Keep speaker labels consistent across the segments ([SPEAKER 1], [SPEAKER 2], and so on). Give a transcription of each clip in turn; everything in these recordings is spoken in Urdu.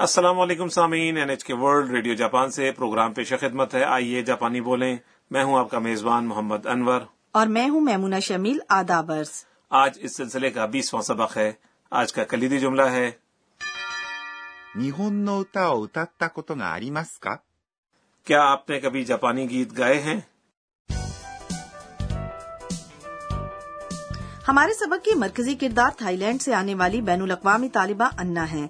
[SPEAKER 1] السلام علیکم سامعین N H K world radio Japan سے پروگرام پیش خدمت ہے آئیے جاپانی بولیں میں ہوں آپ کا میزبان محمد انور
[SPEAKER 2] اور میں ہوں میمونہ شمیل آدابرس
[SPEAKER 1] آج اس سلسلے کا بیسواں سبق ہے آج کا کلیدی جملہ ہے
[SPEAKER 3] 日本の歌を歌ったことがありますか
[SPEAKER 1] کیا آپ نے کبھی جاپانی گیت گائے ہیں
[SPEAKER 2] ہمارے سبق کی مرکزی کردار تھائی لینڈ سے آنے والی بین الاقوامی طالبہ انا ہیں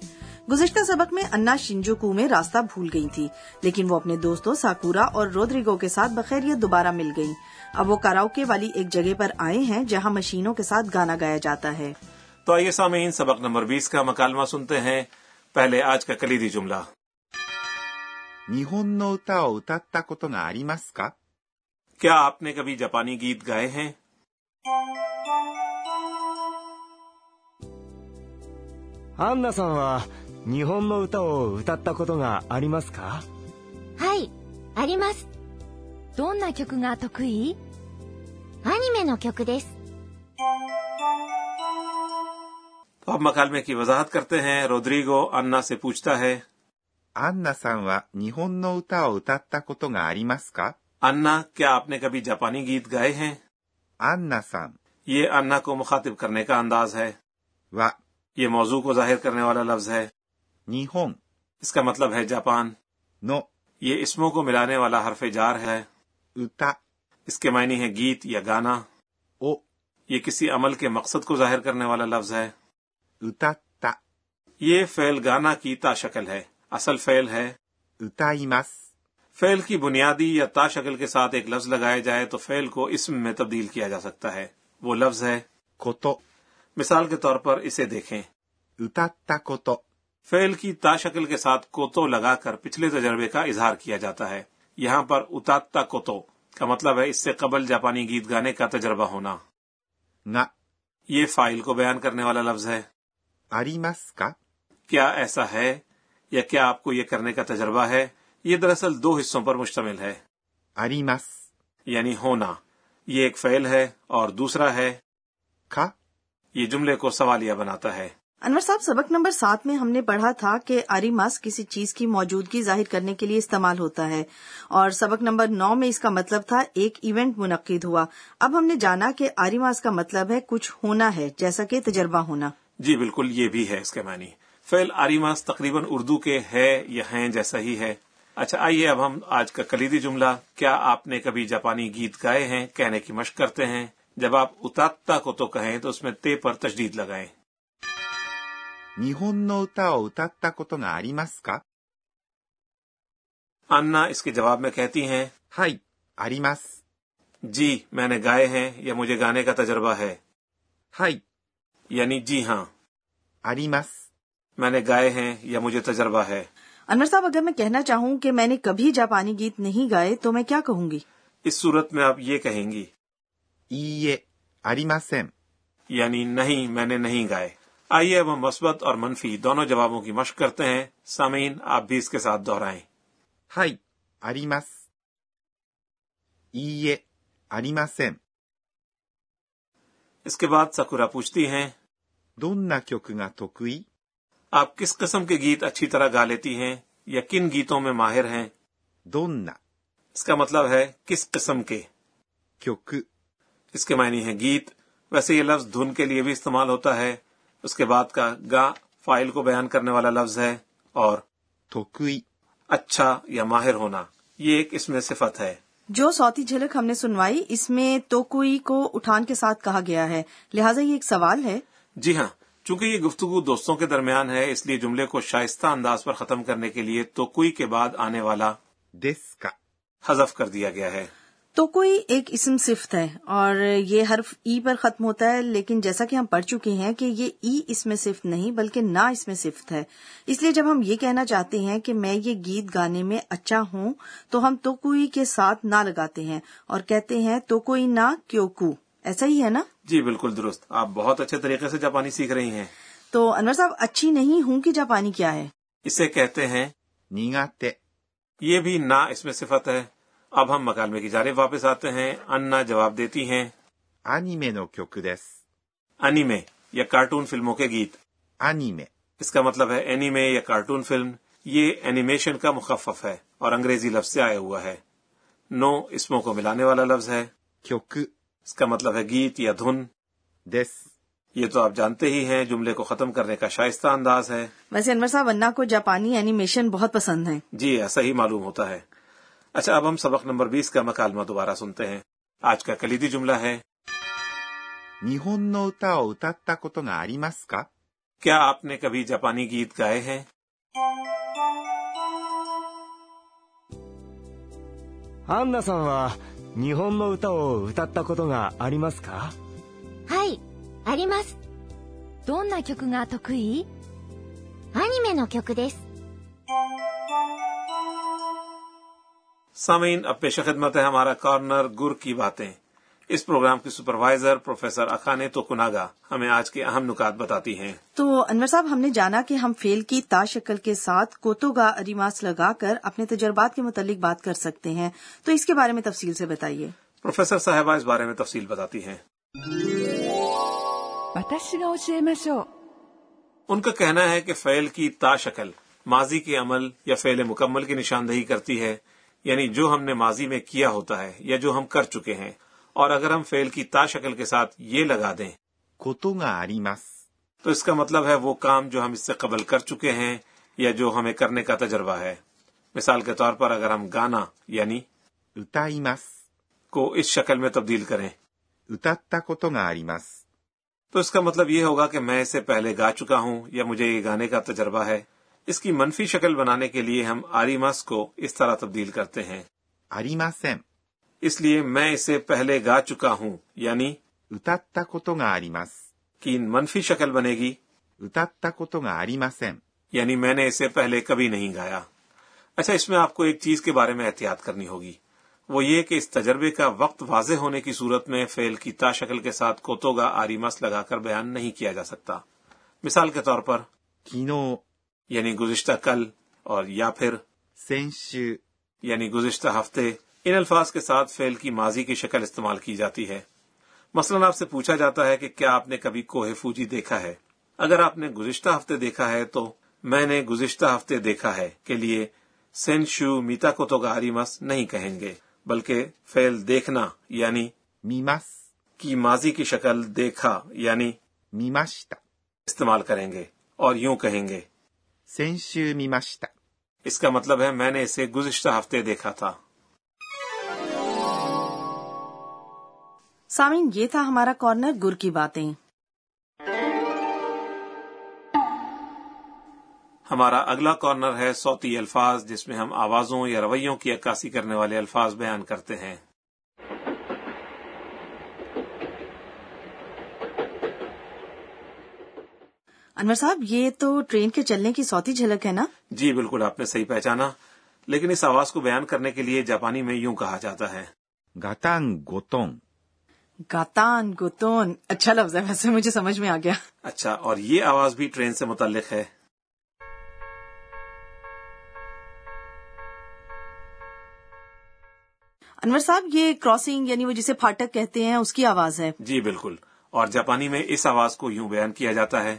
[SPEAKER 2] گزشتہ سبق میں انا شنجوکو میں راستہ بھول گئی تھی لیکن وہ اپنے دوستوں ساکورا اور رودریگو کے ساتھ بخیریت دوبارہ مل گئی اب وہ کراوکے والی ایک جگہ پر آئے ہیں جہاں مشینوں کے ساتھ گانا گایا جاتا ہے
[SPEAKER 1] تو آئیے سامعین سبق نمبر بیس کا مکالمہ سنتے ہیں پہلے آج کا کلیدی جملہ
[SPEAKER 3] 日本の歌を歌ったことがありますか
[SPEAKER 1] کیا آپ نے کبھی جاپانی گیت گائے ہیں
[SPEAKER 4] アンナさんは日本の歌を歌ったことがありますか
[SPEAKER 5] はい、あります。どんな曲が得意アニメの曲です。
[SPEAKER 1] تو اب مکالمے کی وضاحت کرتے ہیں رودریگو انا سے پوچھتا ہے
[SPEAKER 3] アンナさんは日本の歌を歌ったことがありますか
[SPEAKER 1] انا کیا آپ نے کبھی جاپانی گیت گائے ہیں
[SPEAKER 3] アンナさん
[SPEAKER 1] یہ انا کو مخاطب کرنے کا انداز ہے
[SPEAKER 3] は
[SPEAKER 1] یہ موضوع کو ظاہر کرنے والا لفظ ہے
[SPEAKER 3] 日本
[SPEAKER 1] اس کا مطلب ہے جاپان
[SPEAKER 3] の
[SPEAKER 1] یہ اسموں کو ملانے والا حرف جار ہے
[SPEAKER 3] 歌
[SPEAKER 1] اس کے معنی ہے گیت یا گانا
[SPEAKER 3] を
[SPEAKER 1] یہ کسی عمل کے مقصد کو ظاہر کرنے والا لفظ ہے
[SPEAKER 3] 歌った、
[SPEAKER 1] یہ فعل گانا کی تا شکل ہے اصل فعل ہے
[SPEAKER 3] 歌います。
[SPEAKER 1] فعل کی بنیادی یا تا شکل کے ساتھ ایک لفظ لگایا جائے تو فعل کو اسم میں تبدیل کیا جا سکتا ہے وہ لفظ ہے
[SPEAKER 3] こと、
[SPEAKER 1] مثال کے طور پر اسے دیکھیں
[SPEAKER 3] 歌ったこと、
[SPEAKER 1] فعل کی تا شکل کے ساتھ کوتو لگا کر پچھلے تجربے کا اظہار کیا جاتا ہے یہاں پر اتاتا کوتو کا مطلب ہے اس سے قبل جاپانی گیت گانے کا تجربہ ہونا
[SPEAKER 3] が、
[SPEAKER 1] یہ فائل کو بیان کرنے والا لفظ ہے
[SPEAKER 3] ありますか
[SPEAKER 1] کیا ایسا ہے یا کیا آپ کو یہ کرنے کا تجربہ ہے یہ دراصل دو حصوں پر مشتمل ہے
[SPEAKER 3] あります。
[SPEAKER 1] یعنی ہونا یہ ایک فعل ہے اور دوسرا ہے
[SPEAKER 3] か、
[SPEAKER 1] یہ جملے کو سوالیہ بناتا ہے
[SPEAKER 2] انور صاحب سبق نمبر سات میں ہم نے پڑھا تھا کہ آری ماس کسی چیز کی موجودگی ظاہر کرنے کے لیے استعمال ہوتا ہے اور سبق نمبر نو میں اس کا مطلب تھا ایک ایونٹ منعقد ہوا اب ہم نے جانا کہ آری ماس کا مطلب ہے کچھ ہونا ہے جیسا کہ تجربہ ہونا
[SPEAKER 1] جی بالکل یہ بھی ہے اس کے معنی فعل آریماس تقریباً اردو کے ہے یا ہیں جیسا ہی ہے اچھا آئیے اب ہم آج کا کلیدی جملہ کیا آپ نے کبھی جاپانی گیت گائے ہیں کہنے کی مشق کرتے ہیں جب آپ اتاتا کو تو کہیں تو اس میں تے پر تشدید لگائیں
[SPEAKER 3] 日本の歌を歌ったことがありますか
[SPEAKER 1] انا اس کے جواب میں کہتی ہیں
[SPEAKER 3] はい、あります。
[SPEAKER 1] جی میں نے گائے ہیں یا مجھے گانے کا تجربہ ہے
[SPEAKER 3] はい、
[SPEAKER 1] یعنی جی ہاں
[SPEAKER 3] あります。
[SPEAKER 1] میں نے گائے ہیں یا مجھے تجربہ ہے
[SPEAKER 2] انور صاحب اگر میں کہنا چاہوں کہ میں نے کبھی جاپانی گیت نہیں گائے تو میں کیا کہوں گی
[SPEAKER 1] اس صورت میں آپ یہ کہیں گی
[SPEAKER 3] いいえ、ありません。
[SPEAKER 1] یعنی نہیں میں نے نہیں گائے آئیے اب ہم مثبت اور منفی دونوں جوابوں کی مشق کرتے ہیں سامعین آپ بھی اس کے ساتھ دہرائیں
[SPEAKER 3] はい、あります。いいえ、ありません。
[SPEAKER 1] اس کے بعد سکورا پوچھتی ہیں
[SPEAKER 3] どんな曲が得意
[SPEAKER 1] آپ کس قسم کے گیت اچھی طرح گا لیتی ہیں یا کن گیتوں میں ماہر ہیں
[SPEAKER 3] どんな
[SPEAKER 1] اس کا مطلب ہے کس قسم کے
[SPEAKER 3] 曲
[SPEAKER 1] اس کے معنی ہے گیت ویسے یہ لفظ دھن کے لیے بھی استعمال ہوتا ہے اس کے بعد کا گا فائل کو بیان کرنے والا لفظ ہے اور
[SPEAKER 3] 得意、
[SPEAKER 1] اچھا یا ماہر ہونا یہ ایک اس میں صفت ہے
[SPEAKER 2] جو سوتی جھلک ہم نے سنوائی اس میں تو کوئی کو اٹھان کے ساتھ کہا گیا ہے لہٰذا یہ ایک سوال ہے
[SPEAKER 1] جی ہاں چونکہ یہ گفتگو دوستوں کے درمیان ہے اس لیے جملے کو شائستہ انداز پر ختم کرنے کے لیے تو کوئی کے بعد آنے والا
[SPEAKER 3] ですか
[SPEAKER 1] حذف کر دیا گیا ہے
[SPEAKER 2] تو کوئی ایک اسم صفت ہے اور یہ حرف ای پر ختم ہوتا ہے لیکن جیسا کہ ہم پڑھ چکے ہیں کہ یہ ای اس میں صفت نہیں بلکہ نہ اس میں صفت ہے اس لیے جب ہم یہ کہنا چاہتے ہیں کہ میں یہ گیت گانے میں اچھا ہوں تو ہم تو کوئی کے ساتھ نہ لگاتے ہیں اور کہتے ہیں تو کوئی نہ کیوکو ایسا ہی ہے نا
[SPEAKER 1] جی بالکل درست آپ بہت اچھے طریقے سے جاپانی سیکھ رہی ہیں
[SPEAKER 2] تو انور صاحب اچھی نہیں ہوں کہ جاپانی کیا ہے
[SPEAKER 1] اسے کہتے ہیں
[SPEAKER 3] 苦手、
[SPEAKER 1] یہ بھی نہ اس میں صفت ہے اب ہم مکالمے کی جانب واپس آتے ہیں انا جواب دیتی ہیں
[SPEAKER 3] アニメの曲です。
[SPEAKER 1] انیمے یا کارٹون فلموں کے گیت
[SPEAKER 3] アニメ、
[SPEAKER 1] اس کا مطلب ہے اینیمے یا کارٹون فلم یہ اینیمیشن کا مخفف ہے اور انگریزی لفظ سے آیا ہوا ہے نو اسموں کو ملانے والا لفظ ہے
[SPEAKER 3] 曲
[SPEAKER 1] اس کا مطلب ہے گیت یا دھن
[SPEAKER 3] です。
[SPEAKER 1] یہとآپ جانتے ہی ہیں جملے کو ختم کرنے کا شائستہ انداز ہے
[SPEAKER 2] ویسے انور صاحب انا کو جاپانی اینیمیشن بہت پسند ہے
[SPEAKER 1] جی ایسا ہی معلوم ہوتا ہے اچھا اب ہم سبق نمبر بیس کا مکالمہ دوبارہ سنتے ہیں آج کا کلیدی جملہ ہے
[SPEAKER 3] 日本の歌を歌ったことがありますか
[SPEAKER 1] کیا آپ نے کبھی جاپانی گیت گائے ہیں
[SPEAKER 4] アンナさんは日本の歌を歌ったことがありますか
[SPEAKER 5] はい、あります。どんな曲が得意アニメの曲です。
[SPEAKER 1] سامعین اب پیش خدمت ہے ہمارا کارنر گر کی باتیں اس پروگرام کی سپروائزر پروفیسر اکانے تو کناگا ہمیں آج کے اہم نکات بتاتی ہیں
[SPEAKER 2] تو انور صاحب ہم نے جانا کہ ہم فیل کی تا شکل کے ساتھ کوتوگا اریماس لگا کر اپنے تجربات کے متعلق بات کر سکتے ہیں تو اس کے بارے میں تفصیل سے بتائیے
[SPEAKER 1] پروفیسر صاحبہ اس بارے میں تفصیل بتاتی ہیں
[SPEAKER 6] 私が教えましょう
[SPEAKER 1] ان کا کہنا ہے کہ فعل کی تا شکل ماضی کے عمل یا فعل مکمل کی نشاندہی کرتی ہے یعنی جو ہم نے ماضی میں کیا ہوتا ہے یا جو ہم کر چکے ہیں اور اگر ہم فعل کی تا شکل کے ساتھ یہ لگا دیں
[SPEAKER 3] ことがあります。
[SPEAKER 1] تو اس کا مطلب ہے وہ کام جو ہم اس سے قبل کر چکے ہیں یا جو ہمیں کرنے کا تجربہ ہے مثال کے طور پر اگر ہم گانا یعنی
[SPEAKER 3] 歌います。
[SPEAKER 1] کو اس شکل میں تبدیل کریں
[SPEAKER 3] 歌ったことがあります。
[SPEAKER 1] تو اس کا مطلب یہ ہوگا کہ میں اسے پہلے گا چکا ہوں یا مجھے یہ گانے کا تجربہ ہے اس کی منفی شکل بنانے کے لیے ہم آری مس کو اس طرح تبدیل کرتے ہیں
[SPEAKER 3] ありません。
[SPEAKER 1] اس لیے میں اسے پہلے گا چکا ہوں یعنی
[SPEAKER 3] 歌ったことがあります。
[SPEAKER 1] کی منفی شکل بنے گی
[SPEAKER 3] 歌ったことがありません。
[SPEAKER 1] یعنی میں نے اسے پہلے کبھی نہیں گایا اچھا اس میں آپ کو ایک چیز کے بارے میں احتیاط کرنی ہوگی وہ یہ کہ اس تجربے کا وقت واضح ہونے کی صورت میں فعل کی تا شکل کے ساتھ کوتوگا آری مس لگا کر بیان نہیں کیا جا سکتا مثال کے طور پر
[SPEAKER 3] 昨日、
[SPEAKER 1] یعنی گزشتہ کل اور یا پھر
[SPEAKER 3] 先週、
[SPEAKER 1] یعنی گزشتہ ہفتے ان الفاظ کے ساتھ فعل کی ماضی کی شکل استعمال کی جاتی ہے مثلا آپ سے پوچھا جاتا ہے کہ کیا آپ نے کبھی کوہ فوجی دیکھا ہے اگر آپ نے گزشتہ ہفتے دیکھا ہے تو میں نے گزشتہ ہفتے دیکھا ہے کے لیے سین شو میتا کو تو گاری مس نہیں کہیں گے بلکہ فعل دیکھنا یعنی
[SPEAKER 3] 見ます。
[SPEAKER 1] کی ماضی کی شکل دیکھا یعنی
[SPEAKER 3] 見ました。
[SPEAKER 1] استعمال کریں گے اور یوں کہیں گے
[SPEAKER 3] 先週見ました。
[SPEAKER 1] اس کا مطلب ہے میں نے اسے گزشتہ ہفتے دیکھا تھا
[SPEAKER 2] سامعین یہ تھا ہمارا کارنر گر کی باتیں
[SPEAKER 1] ہمارا اگلا کارنر ہے صوتی الفاظ جس میں ہم آوازوں یا رویوں کی عکاسی کرنے والے الفاظ بیان کرتے ہیں
[SPEAKER 2] انور صاحب یہ تو ٹرین کے چلنے کی سوتی جھلک ہے نا
[SPEAKER 1] جی بالکل آپ نے صحیح پہچانا لیکن اس آواز کو بیان کرنے کے لیے جاپانی میں یوں کہا جاتا ہے
[SPEAKER 3] ガタンゴトン。
[SPEAKER 2] گاتان گوتون اچھا لفظ ہے ویسے مجھے سمجھ میں آ گیا
[SPEAKER 1] اچھا اور یہ آواز بھی ٹرین سے متعلق ہے
[SPEAKER 2] انور صاحب یہ کراسنگ یعنی وہ جسے پھاٹک کہتے ہیں اس کی آواز ہے
[SPEAKER 1] جی بالکل اور جاپانی میں اس آواز کو یوں بیان کیا جاتا ہے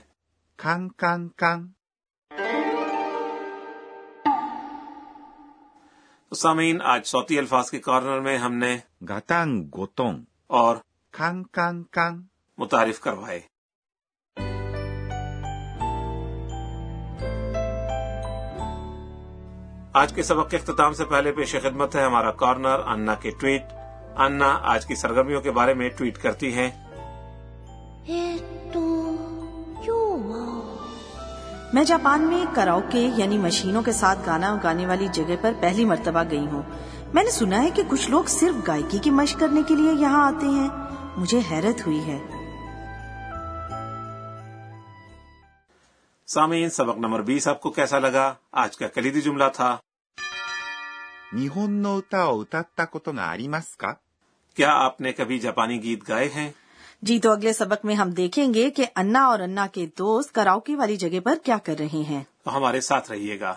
[SPEAKER 3] カンカンカン。
[SPEAKER 1] تو سامعین آج صوتی الفاظ کے کارنر میں ہم نے
[SPEAKER 3] ガタンゴトン。
[SPEAKER 1] اور
[SPEAKER 3] カンカンカン。
[SPEAKER 1] متعارف کروائے آج کے سبق کے اختتام سے پہلے پیش خدمت ہے ہمارا کارنر انا کے ٹویٹ انا آج کی سرگرمیوں کے بارے میں ٹویٹ کرتی ہیں
[SPEAKER 5] えっと、今日は、
[SPEAKER 2] میں جاپان میں کراوکے یعنی مشینوں کے ساتھ گانا گانے والی جگہ پر پہلی مرتبہ گئی ہوں میں نے سنا ہے کہ کچھ لوگ صرف گائکی کی مشق کرنے کے لیے یہاں آتے ہیں مجھے حیرت ہوئی ہے
[SPEAKER 1] سامعین سبق نمبر بیس آپ کو کیسا لگا آج کا کلیدی جملہ تھا
[SPEAKER 3] 日本の歌を歌ったことがありますか
[SPEAKER 1] کیا آپ نے کبھی جاپانی گیت گائے ہیں
[SPEAKER 2] جی تو اگلے سبق میں ہم دیکھیں گے کہ انا اور انا کے دوست کراوکے والی جگہ پر کیا کر رہے ہیں
[SPEAKER 1] تو ہمارے ساتھ رہیے گا